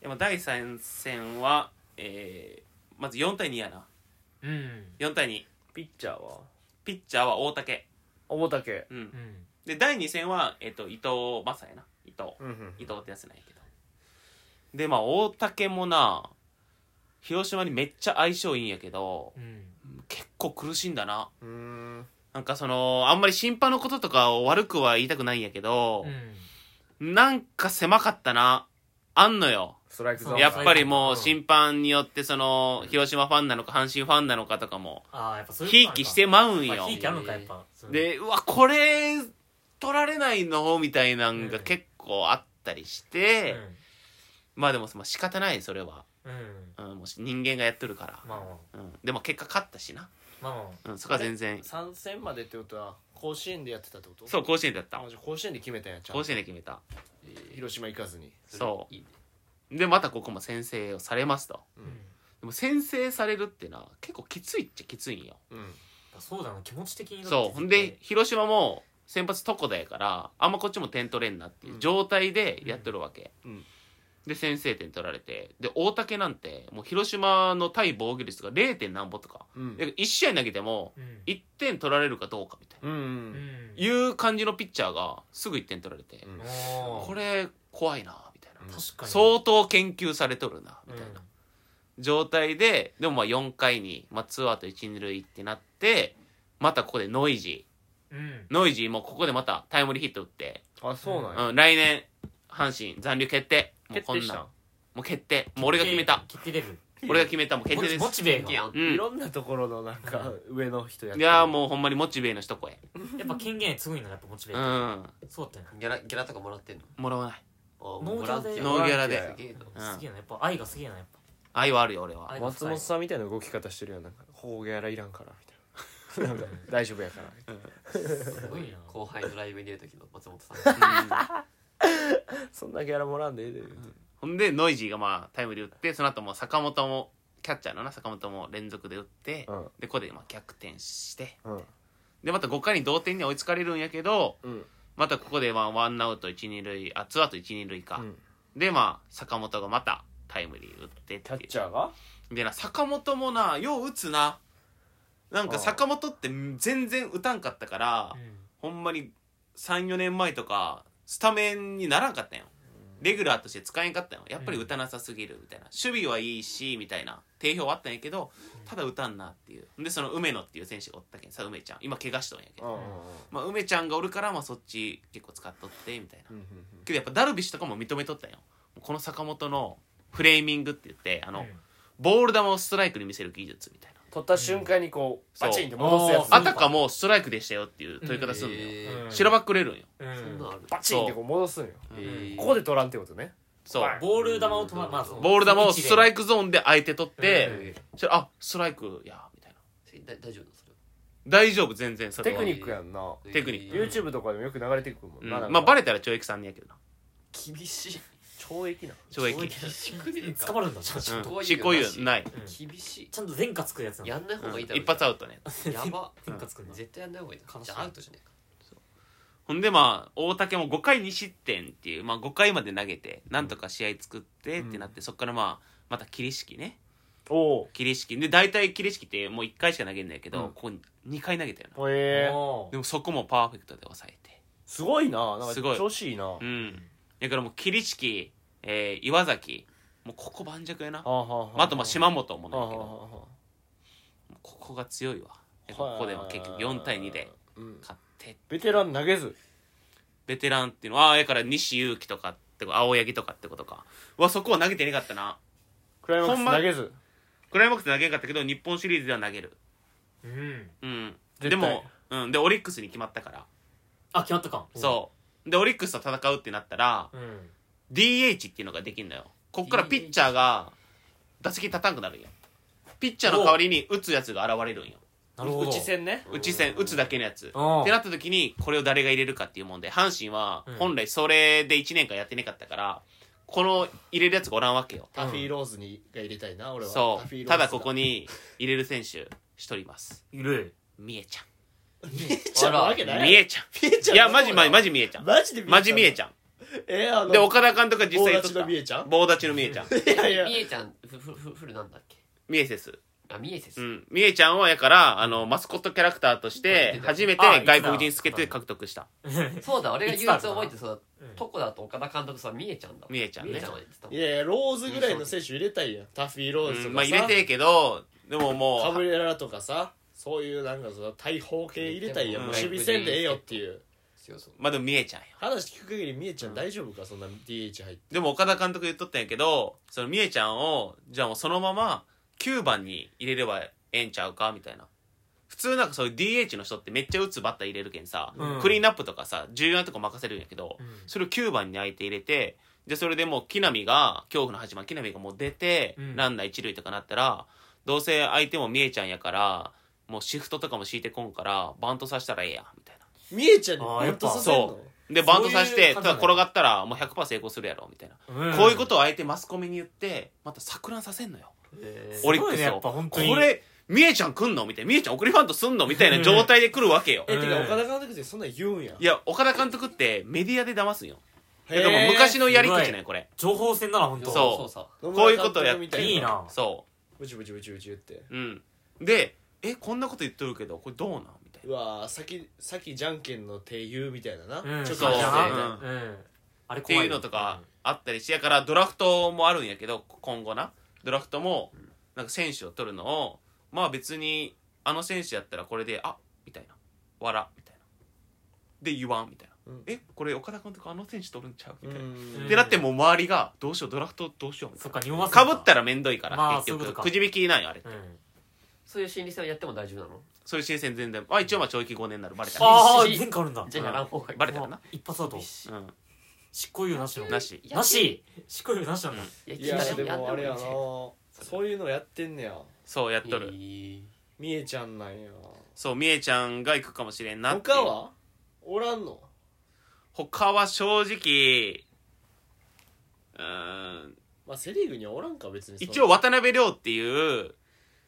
D: でも第3戦は、えー、まず4対2やな
B: うん
D: 4対2
E: ピッチャーは
D: ピッチャーは大竹
E: 大竹
D: うん
B: うん
D: で第2戦は、えっと伊藤正也な伊藤
E: うんうん
D: 伊藤ってやつなんやけどでまあ大竹もな広島にめっちゃ相性いいんやけど
B: うん
D: 結構苦しいんだな
E: うーん
D: なんかその、あんまり審判のこととかを悪くは言いたくないんやけど
B: う、ん
D: なんか狭かったな。あんのよ。
E: ストライクゾーン
D: やっぱりも
B: う
D: う
B: ん
D: 審判によってその、広島ファンなのか阪神ファンなのかとかも、
B: ああやっぱそういう
D: ひいきしてまうん
B: る
D: よ
B: ひ。いきあるのかやっぱそう
D: で、うわ、これ、取られないのみたいなんが結構あったりし
B: う
D: て、
B: ん
D: まあでもまあ仕方ない、それは。
B: うん
D: うん、もう人間がやっとるか
B: まあま
D: ら。うん。でも結果勝ったしな。
B: あまあま
D: うん、そこは全然。
E: 3戦までってことは甲子園でやってたってこと
D: そう、甲子園だった
E: あ。じゃあ甲子園で決めたんやちゃんと
D: 甲子園で決めた。
E: 広島行かずに
D: そう
C: いいね
D: で、またここも先制をされますと。
B: あ
E: う
B: うん
E: ん
D: でも先制されるってな結構きついっちゃきついんよ
E: うん
B: そうだな気持ち的にだって
D: そうほんで広島も先発床田やからあんまこっちも点取れんなっていう状態でやっとるわけ、
E: うんうん
D: で先制点取られてで大竹なんてもう広島の対防御率が 0. 点何歩とか
E: うん
D: 1試合投げても
B: うん
D: 1点取られるかどうかみたいな、
E: う
B: うんん
D: いう感じのピッチャーがすぐ1点取られて、
E: うん
B: おー
D: これ怖いなみたいな、
E: うん
B: 確かに
D: 相当研究されとるなみ
B: う
D: た
B: ん
D: いな、状態ででもまあ4回に、まあ、ツーアウト一二塁ってなってまたここでノイジ
B: うん
D: ーノイジーもここでまたタイムリーヒット打って、
E: あそうなんや
D: うん、来年阪神残留決定もう
E: 決
D: こ
E: 定
D: んな
E: し
D: ん
E: たん
D: もう決定もう俺が決めた
B: 決定レベル
D: 俺が決めたもう決定で
B: モ
D: す
B: チベが
C: いや
B: や
C: ん
D: うん
E: いろんなところのなんか上の人やっ
D: い
E: てる
D: やーもうほんまにモチベーの一声
B: っぱ権限強いんだなやっぱモチベ
D: うん
B: そうだったよ
C: ギャラギャラとかもらってんの
D: もらわない
C: ああ
B: ノー
C: もらって
B: ギャラで
D: ノーギャラです
C: げえな
D: うん
B: なすげえなやっぱ愛がすげえなやっぱ
D: 愛はあるよ俺は
B: 愛が
E: 松
B: 深い
E: 本さんみたいな動き方してるよなんか「ほうやらいらんから」みたい ななんか大丈夫やから
B: すごいな
C: 後輩のライブに出る時の松本さん
E: そんなギャラもらんでええで
D: ほんでノイジーがまあタイムリー打ってその後もう坂本もキャッチャーのな坂本も連続で打って、
E: うん
D: でここでまあ逆転して
E: うん
D: でまた5回に同点に追いつかれるんやけど
E: うん
D: またここでまあワンアウト一二塁あツーアウト一二塁か、
E: うん
D: でまあ坂本がまたタイムリー打ってって
E: キャ
D: い
E: ッチャーが
D: うでな坂本もなよう打つななん
E: あ
D: か
E: あ
D: 坂本って全然打たんかったから
B: うん
D: ほんまに34年前とかスタメンにならんかったんよレギュラーとして使えんかったんよやっぱり打たなさすぎるみたいな守備はいいしみたいな定評はあったんやけどただ打たんなっていうでその梅野っていう選手がおったけんさ梅ちゃん今怪我しとんやけど、
E: うん
D: まあ、梅ちゃんがおるから、まあ、そっち結構使っとってみたいな
E: うんうん
D: けどやっぱダルビッシュとかも認めとったんよもうこの坂本のフレーミングって言ってあの、
B: うん
D: ボール球をストライクに見せる技術みたいな
E: 取った瞬間にこう
D: そう
E: パチンって戻すやつ
B: あ
D: あたかもストライクでしたよっていう取り方すんのよ、
C: え
B: うん
D: 白バックれるんよ
B: うん
C: ーそんなんある
E: パチンってこう戻すんよ
D: え
E: ここで取らんってことね
D: そう
B: ボール球をとままず
D: ボール球をストラ
B: イ
D: イクゾーンで相手取って、
B: うん
D: そしたらあストライクやみたいな
C: だ大丈夫なのそれ
D: 大丈夫全然そ
E: テ
D: れは
E: クニックやんな
D: テクニッ
C: えー
E: YouTube とかでもよく流れてくるも
D: うんん
E: ななんか
D: まあバレたら懲役3年やけどな
C: 厳しい
E: 懲役な
D: 懲役
B: 捕まるんだちゃんと
D: うん
C: とはいえ
D: 執行猶予ない、
B: うん
C: 厳しい
B: ちゃんと前科つくやつなんだ
C: やんない方がいいだろ
D: 一発アウトね
C: やば
B: 前科つくんだ
C: 絶対やんない方がいい
B: 悲しい
C: じゃあアウトじゃねえか
D: ほんでまあ大竹も5回2失点っていう、まあ、5回まで投げてなんとか試合作ってってなって、そっからまあまた桐敷ね
E: お
D: 桐敷で大体桐敷ってもう1回しか投げんないけど、
E: うん
D: ここ2回投げたよな
E: おへえ
B: も
D: でもそこもパーフェクトで抑えて
E: すごいななん
D: す
E: か
D: ごい
E: 調子いいなは
D: うんだからもう桐敷、えー岩崎もうここ盤石やな
E: あはあは
D: あとまあ島本も
E: はあ
D: な
E: は
D: いけ
E: あ
D: ど
E: は
D: ここが強いわ
E: あ
D: でここでまあ結局4対2で
E: うん
D: 勝って
E: ベテラン投げず
D: ベテランっていうのはああだから西勇輝とかってこと青柳とかってことかうわそこは投げてなかったな
E: クライマック
D: ほん
E: ス
D: ま
E: 投げず
D: クライマックス投げんかったけど日本シリーズでは投げる
B: ううん
D: うん
E: 絶対
D: でも、うん、でオリックスに決まったから、
B: あ決まったか
D: そうでオリックスと戦うってなったら
B: うん
D: DH っていうのができるのよこっからピッチャーが打席立たんくなるんよピッチャーの代わりに打つやつが現れるんよ
B: なるほど
A: 内戦ね
D: 打ち線打つだけのやつって
B: あ
D: なった時にこれを誰が入れるかっていうもんで阪神は
B: うん
D: 本来それで1年間やってなかったからこの入れるやつがおらんわけよ
B: タフィー
A: ローズにが入れたいな俺
D: そうただここに入れる選手一人います
B: いる
D: みえちゃん
A: ちゃうわけな
D: み
A: い
D: えちゃんいやマジマジマジみえちゃん
A: マジで
D: マジみえち
A: ゃん
D: ゃん
A: えあの
D: で岡田監督が実際
A: 棒
D: に
A: 立ち
D: 撮
A: の
D: っ
A: み
D: た
A: えちゃん
D: 棒立ちのみえちゃん
A: いやいや
C: みえちゃんふふふフルなんだっけ
D: みえセス
C: あみえせ
D: う
C: す
D: んみえちゃんはやからあのマスコットキャラクターとして初めて
B: あいつだ
D: 外国人助っ人で獲得した
C: そうだ俺が唯一覚えてそう
B: う
C: だ
B: ん
C: とこだと岡田監督さみえちゃんだ
D: みえちゃん
C: みえ
D: ね
C: ちゃんは言ってたも
A: い
C: ん
A: やいやローズぐらいの選手入れたいやんタフィーローズとかさ、
D: うんまあ入れてえけどでもも
A: カ
D: う
A: ブレラとかさそういうなんかその大砲系入れたいやん
D: うん
A: もう守備戦でええよっていう
C: 強そう
D: まあでもみえちゃんよ
A: 話聞く限りみえちゃん大丈夫かそんな DH 入って
D: でも岡田監督言っとったんやけどそのみえちゃんをじゃあもうそのまま9番に入れればええんちゃうかみたいな普通なんかそういう DH の人ってめっちゃ打つバッター入れるけんさ、
B: うん
D: クリーンアップとかさ重要なとこ任せるんやけど、
B: うん
D: それを9番に相手入れてでそれでもう木浪が恐怖の8番木浪がもう出て、
B: うん
D: ランナー一塁とかなったらどうせ相手もみえちゃんやからもうシフトとかも敷いてこんからバントさせたらええやみたいな
A: みえちゃんにバントさせん
D: あやっ
A: の
D: でバントさ
B: そ
D: せ
B: うい
D: て
B: う感じ
D: ただ
B: なんだ
D: 転がったらもう100%成功するやろみたいな
B: うん
D: こういうことをあえてマスコミに言って、また錯乱させんのよ。
B: す
D: オ
B: ごい
D: リ
B: ね
D: ックス
B: や
D: を。
B: っぱ
D: こ
B: 本当に
D: れ、みえちゃん来んのみたいな。みえちゃん送りバントすんのみたいな状態で来るわけよ。
A: えて
B: う
A: か
B: ん
A: 岡田監督ってそんなん言うんや
D: いや、岡田監督ってメディアで騙すんよ。
A: へ
D: で
A: え
D: も昔のやり口じゃない、これ。
B: 情報戦だな本当
D: そう
C: さ
A: 野
D: こう
A: 村
D: いうことをやっ
A: 監督みた
D: て
A: な
B: いうな
D: そ
A: ブチブチブチブチ言って
D: う。うん。で、え、こんなこと言っとるけど、これどうなんみたいう
A: わー先先じゃんけんの手言うみたいなな、
B: うん
A: ちょっ
D: そ
A: と
D: う
A: 待って
D: うん
B: うんあれ
D: な。って
B: 怖
D: い
B: いうよ
D: のとかあったりし、やからドラフトもあるんやけど、今後な。ドラフトも、なんか選手を取るのを、まあ別に、あの選手やったらこれで、あみたいな。笑みたいな。で、言わんみたいな。
A: うん
D: えこれ岡田監督あの選手取るんちゃうみたいな、
A: うん
D: ってなってもう周りがどうしようドラフトどうしようみた
B: そ
D: い
B: っ
D: な
B: か匂わせ
D: かぶったらめんどいから、
B: まあ
D: 結
B: そういうこと
D: 局
B: か
D: くじ引きないよあれ
B: うん
C: そういう心理戦をやっても大丈夫なの
D: そういう新鮮全然あ一応まあ懲役5年になるバレたら
B: ああ
C: 厳しい
B: 前科あるんだ
C: じゃあやらん方がいい
D: バレたらな、
B: 一発だと
C: 厳しい
D: うん、
B: 執行猶予なしの
D: なし
B: なし執行猶予なしなんだ
A: いや
C: い
A: でもあれやな
C: やんない
A: そういうのやってんねや
D: そうやっと
C: 方が
D: る、
C: いい
A: みえちゃんなんや
D: そうみえちゃんが行くかもしれんなっていう
A: 他はおらんの
D: 他は正直うーん
A: まあセ・リーグにはおらんか別にそんな
D: 一応渡辺亮っていう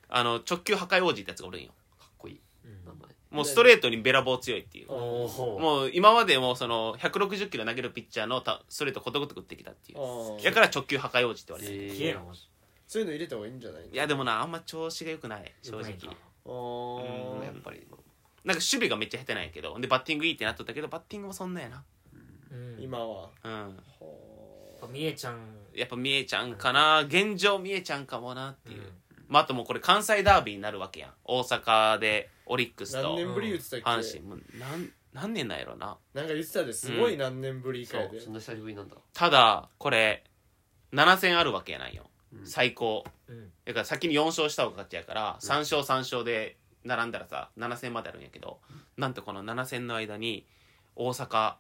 D: あの直球破壊王子ってやつがおるんよ
C: かっこいい名前
D: もうストレートにべらぼう強いっていう
B: おおも
D: もう今までもその160キロ投げるピッチャーのたストレートことごとく打ってきたっていう
F: あ
D: だから直球破壊王子って言われてる
B: う
C: え
B: 消えなマジ
A: そういうの入れた方がいいんじゃない
D: いやでもなあんま調子が良くない正直
A: あー
D: うん
C: やっぱり
D: なんか守備がめっちゃ下手なんやけどでバッティングいいってなっとったけどバッティングもそんなやな
A: 今
B: 今
A: は
D: うん
B: みえちゃん
D: やっぱ見えちゃうんかな現状見えちゃうんかもなっていう、
B: うん
D: まあ、あともうこれ関西ダービーになるわけやん大阪でオリックス
A: 何
D: と
A: 年ぶり言ってたっけ
D: 阪神もう何何年なんやろな
A: なんか言ってたですごい何年ぶりかやで
C: そんな久しぶりなんだ
D: ただこれ7戦あるわけやないよ、
C: うん
D: 最高
B: うん
D: だから先に4勝した方が勝ちやから3勝3勝で並んだらさ7戦まであるんやけどなんとこの7戦の間に大阪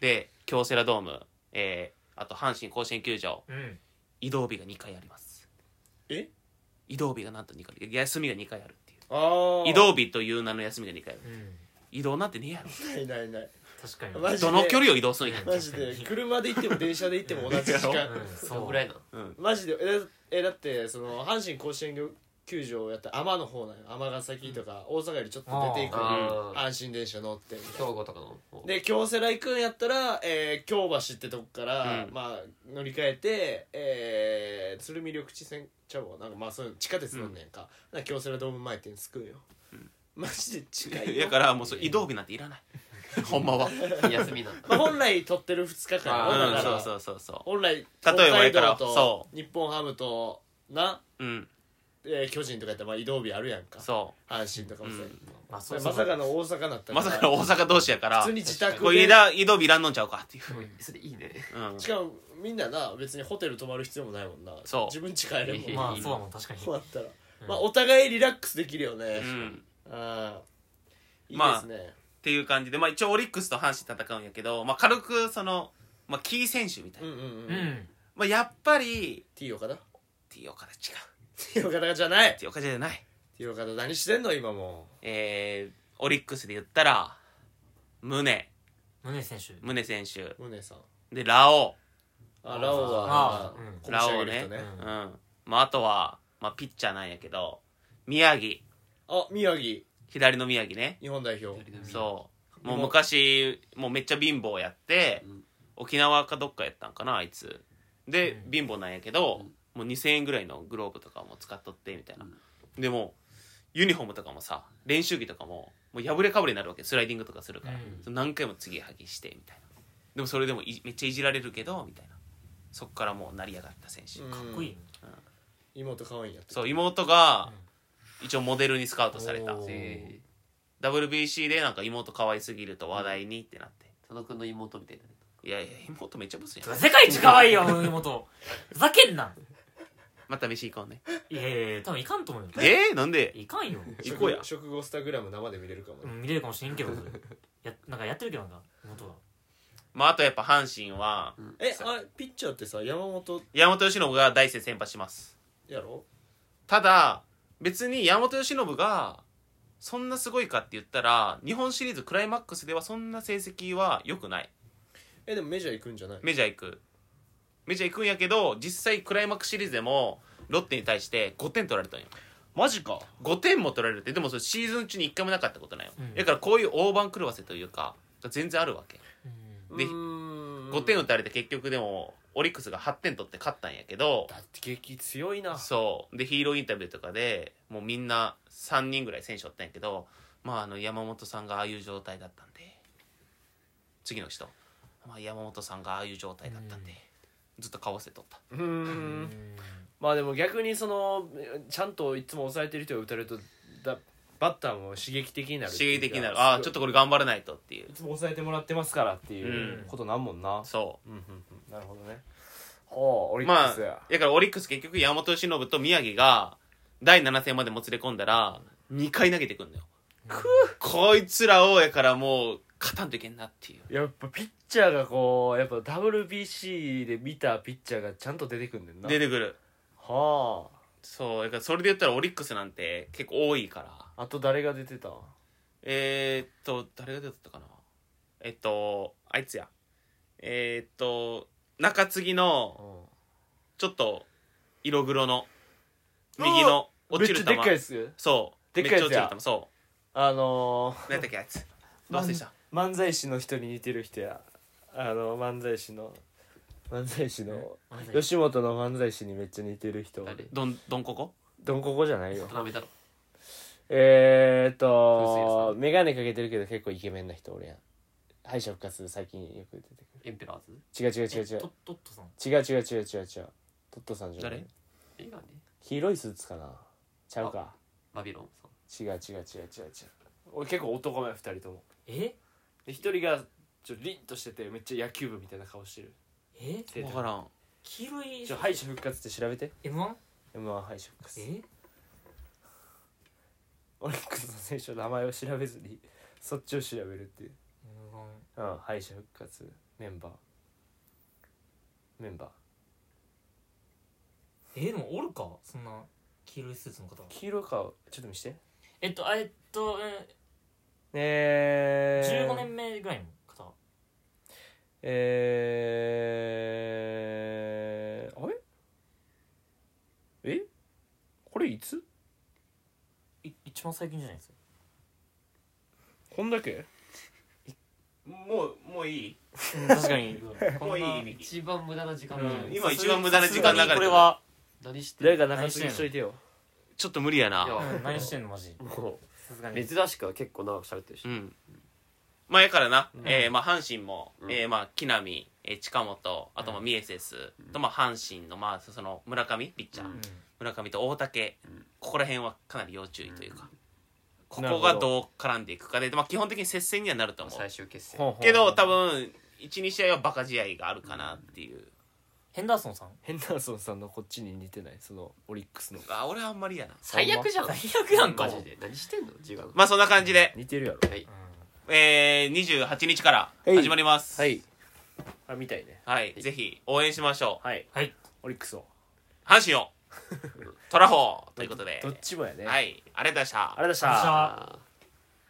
D: で京セラドーム、えーあと阪神甲子園球場
B: うん
D: 移動日が2回あります
A: え
D: 移動日がなんと2回休みが2回あるっていう
A: ああ
D: 移動日という名の休みが2回ある
B: うん
D: 移動なんてねえや
A: ないないない
B: 確かに
A: マ
D: ろ
A: ジ
D: どの距離を移動するんや
A: マジ で車で行っても電車で行っても同じ時間
B: うん
C: その
B: そ
C: ぐ
B: う
C: らいな
D: うん
A: マジでえだえだってその阪神甲子園球場やったら天の方なんよ尼崎とか大阪よりちょっと出ていく
D: あ
C: ああ
A: 阪神電車乗ってみたいな
C: 兵庫とかの方
A: で京セラ行くんやったら、えー京橋ってとこから、
D: うん
A: まあ、乗り換えて、えー鶴見緑地線ちゃうわなんかまあそういう地下鉄乗んねんか,、なんか京セラドーム前店着くんよ、マジで近 いよ
D: だからもうそう移動日なんていらないほんまは
C: 休みなん だ
A: まあ、本来取ってる2日間
C: あ
A: よ
C: ー
A: だから、
D: うん、そうそうそうそ
A: 本来
D: ばやから
A: と
D: そ
A: 日本ハムとな、
D: ううん
A: えー巨人とかやったらまあ移動日あるやんか
D: そ
A: 阪神とかもそうやんか
B: まあ
A: そ
B: そう
A: れ
B: そ
A: ま
B: う
A: さかの大阪だった
D: う
A: ら
D: まさかの大阪同士やから
A: 普通に自宅
D: こ
A: で
D: れ移動移動日いらんのんちゃうかっていう、
C: もうそれいいね
D: うん、
A: しかもみんなな別にホテル泊まる必要もないもんな
D: そう
A: 自分家帰れるもんな
B: まあそうだもん確かに
A: 終わったら、
B: うん
A: まあお互いリラックスできるよね、
D: うん
A: あーいい
D: ま
A: で
D: あ
A: すね、
D: っていう感じで、まあ、一応オリックスと阪神戦うんやけど、まあ、軽くその、まあ、キー選手みたいう
A: ん
D: な、
A: うん
B: う
A: うん、
B: ん
D: まあ、やっぱり
A: T 岡田
D: T 岡田違う
A: T 岡田じゃない
D: T 岡田じゃない、
A: T 岡田何してんの今も
D: えー、オリックスで言ったら宗
B: 宗選手
D: 宗選手
A: う宗さん
D: でラオ
A: あラオ
B: あ
A: は
B: あうん
A: こぶし上げる人
D: ラ
B: オね
D: ウ、うんまあ、あとは、まあ、ピッチャーなんやけど宮城
A: あ宮城
D: 左の宮城ね
A: 日本代表
D: そうもう
A: もう
D: 昔もうめっちゃ貧乏やって、
C: うん
D: 沖縄かどっかやったんかなあいつで、
B: うん
D: 貧乏なんやけど、
C: うん
D: もう2,000円ぐらいのグローブとかも使っとってみたいな、
C: うん
D: でもユニフォームとかもさ練習着とかももう破れかぶれになるわけスライディングとかするから、
B: うん
D: その何回も継ぎはぎしてみたいなでもそれでもいめっちゃいじられるけどみたいなそっからもう成り上がった選手、
A: うん
B: かっこいい
A: 妹可愛いんやって
D: そう妹が一応モデルにスカウトされた
B: おー
C: え
D: WBC でなんか妹可愛すぎると話題にってなって、
C: 佐野くんの妹みたいだね
D: いやいや妹めっちゃブスやん
B: 世界一可愛いよ妹ふざけんな
D: また飯行こうね
B: いやいやいや多分いかんと思うよ
D: えー、なんで
B: いかんよ
D: 行こうや
A: 食後スタグラム生で見れるかもね、
B: うん見れるかもしれんけどやなんかやってるけどな妹が
D: まああとやっぱ阪神は
A: えあピッチャーってさ山本
D: 山本由伸が大勢先発します
A: やろ
D: ただ別に山本由伸がそんなすごいかって言ったら日本シリーズクライマックスではそんな成績は良くない
A: えでもメジャー行くんじゃない
D: メジャー行くメジャー行くんやけど実際クライマックスシリーズでもロッテに対して5点取られたんよ
A: マジか
D: 5点も取られるってでもそれシーズン中に1回もなかったことないよ、
B: うん
D: だからこういう大番狂わせというかが全然あるわけ
B: うん
D: で
A: 5
D: 5点打たれて結局でもオリックスが8点取って勝ったんやけど
A: だって激強いな
D: そうでヒーローインタビューとかでもうみんな3人ぐらい選手おったんやけどまああの山本さんがああいう状態だったんで次の人、まあ、山本さんがああいう状態だったんで、
B: うん
D: ずっと顔合わせとった
A: うーんまあでも逆にそのちゃんといつも抑えてる人が打たれるとだバッターも刺激的になるって
D: 刺
A: い
D: 激
A: うか
D: 的になるああちょっとこれ頑張らないとっていう
A: いつも抑えてもらってますからって
D: う
A: いうんことなんもんな、
D: そ
A: うんうんうんなるほどねほうオ
D: う
A: リッ
D: ま
A: クスや、
D: あだからオリックス結局山本由伸と宮城が第7戦までもつれ込んだら2回投げてくんのよこいつらをやからもう勝たんといけんなっていう
A: やっぱピッチャーがこうやっぱ WBC で見たピッチャーがちゃんと出てくんねんな
D: 出てくる
A: は
D: そうだからそれで言ったらオリックスなんて結構多いから
A: ああと誰が出てた
D: えー、っと誰が出てたかなえっとあいつやえー、っと中継ぎのちょっと色黒の右の落ちる球
A: めっちゃでっかいっす
D: そう
A: でっかいやつや
D: めっちゃ落ちる球そ
A: あのー
D: 何やったっけあいつどうせした
A: 漫才師の人に似てる人やあの漫才師の漫才師の吉本の漫才師にめっちゃ似てる人
C: 誰
D: どんどんここ
A: どんここじゃないよ
C: 渡辺だろ
A: えーっ
C: 風
A: と眼鏡かけてるけど結構イケメンな人俺やん敗者復活最近よく出て
C: エンペラーズ
A: くる違う違う違
B: え
A: う違う
B: トトットさん
A: 違う違う違う違う違うトットさんじゃな
D: 誰
A: い
C: えなんで
A: 黄色いスーツかなちゃうか
C: バビロンさん
A: 違う違う違う違う違う俺結構男前2人とも
B: え
A: で一人がちょっと凛としててめっちゃ野球部みたいな顔してる
B: え
A: 手
D: 分からん
B: 黄色い
A: ちょ敗者復活って調べて
B: M1?
A: m 1敗者復活
B: え
A: オリックスの選手の名前を調べずにそっちを調べるっていうう
B: M1
A: ん敗者復活メンバーメンバー
B: えー、でもおるかそんな黄色いスーツの方
A: 黄色い顔ちょっと見して
B: えっとあえっと、うん
A: えー、
B: 15年目ぐらいの方
A: えー、あれえこれいつ
B: い一番最近じゃないですか
A: こんだけ
D: もうもういい
B: 確かに
D: もういい
C: 一番無駄な時間じゃない、
D: 今一番無駄な時間流れてる
B: これは
C: 何して
A: 誰
C: る
A: か中継ぎしといてよ
D: ちょっと無理や
C: い
D: な
C: や
B: 何してんのマジ
A: も
B: さすがに
C: 珍しくは結構長く喋ってるし、
D: うんまあやからな、えーまあ、阪神も、
C: うん
D: えーまあ、木浪、えー近本あとまあ
B: う
D: ミエセスと、まあ、阪神の,、まあその村上ピッチャー、
C: うん
D: 村上と大竹、
C: うん
D: ここら辺はかなり要注意というか、こ
A: なる
D: こ
A: ほど
D: がどう絡んでいくかで、まあ、基本的に接戦にはなると思う
C: 最終決
A: う
C: 戦
A: ほんほん
D: けど多分12試合はバカ試合があるかなっていう、
B: ヘンダーソンさん
A: ヘンダーソンさんのこっちに似てないそのオリックスの
D: あ俺はあんまりやな
C: 最悪じゃん
B: 最悪やんか
C: マジで何してんの時間
D: まあそんな感じで、
A: 似てるやろ
C: はい
D: えー、28日から始まります
A: はいあみたいね
D: はい、ぜひ応援しましょう
A: はい
B: はい
A: オリックスを
D: 阪 神をトラホーということで
A: どっちもやね
D: はいありがとうございました
A: ありがとうございました
B: あ
C: あー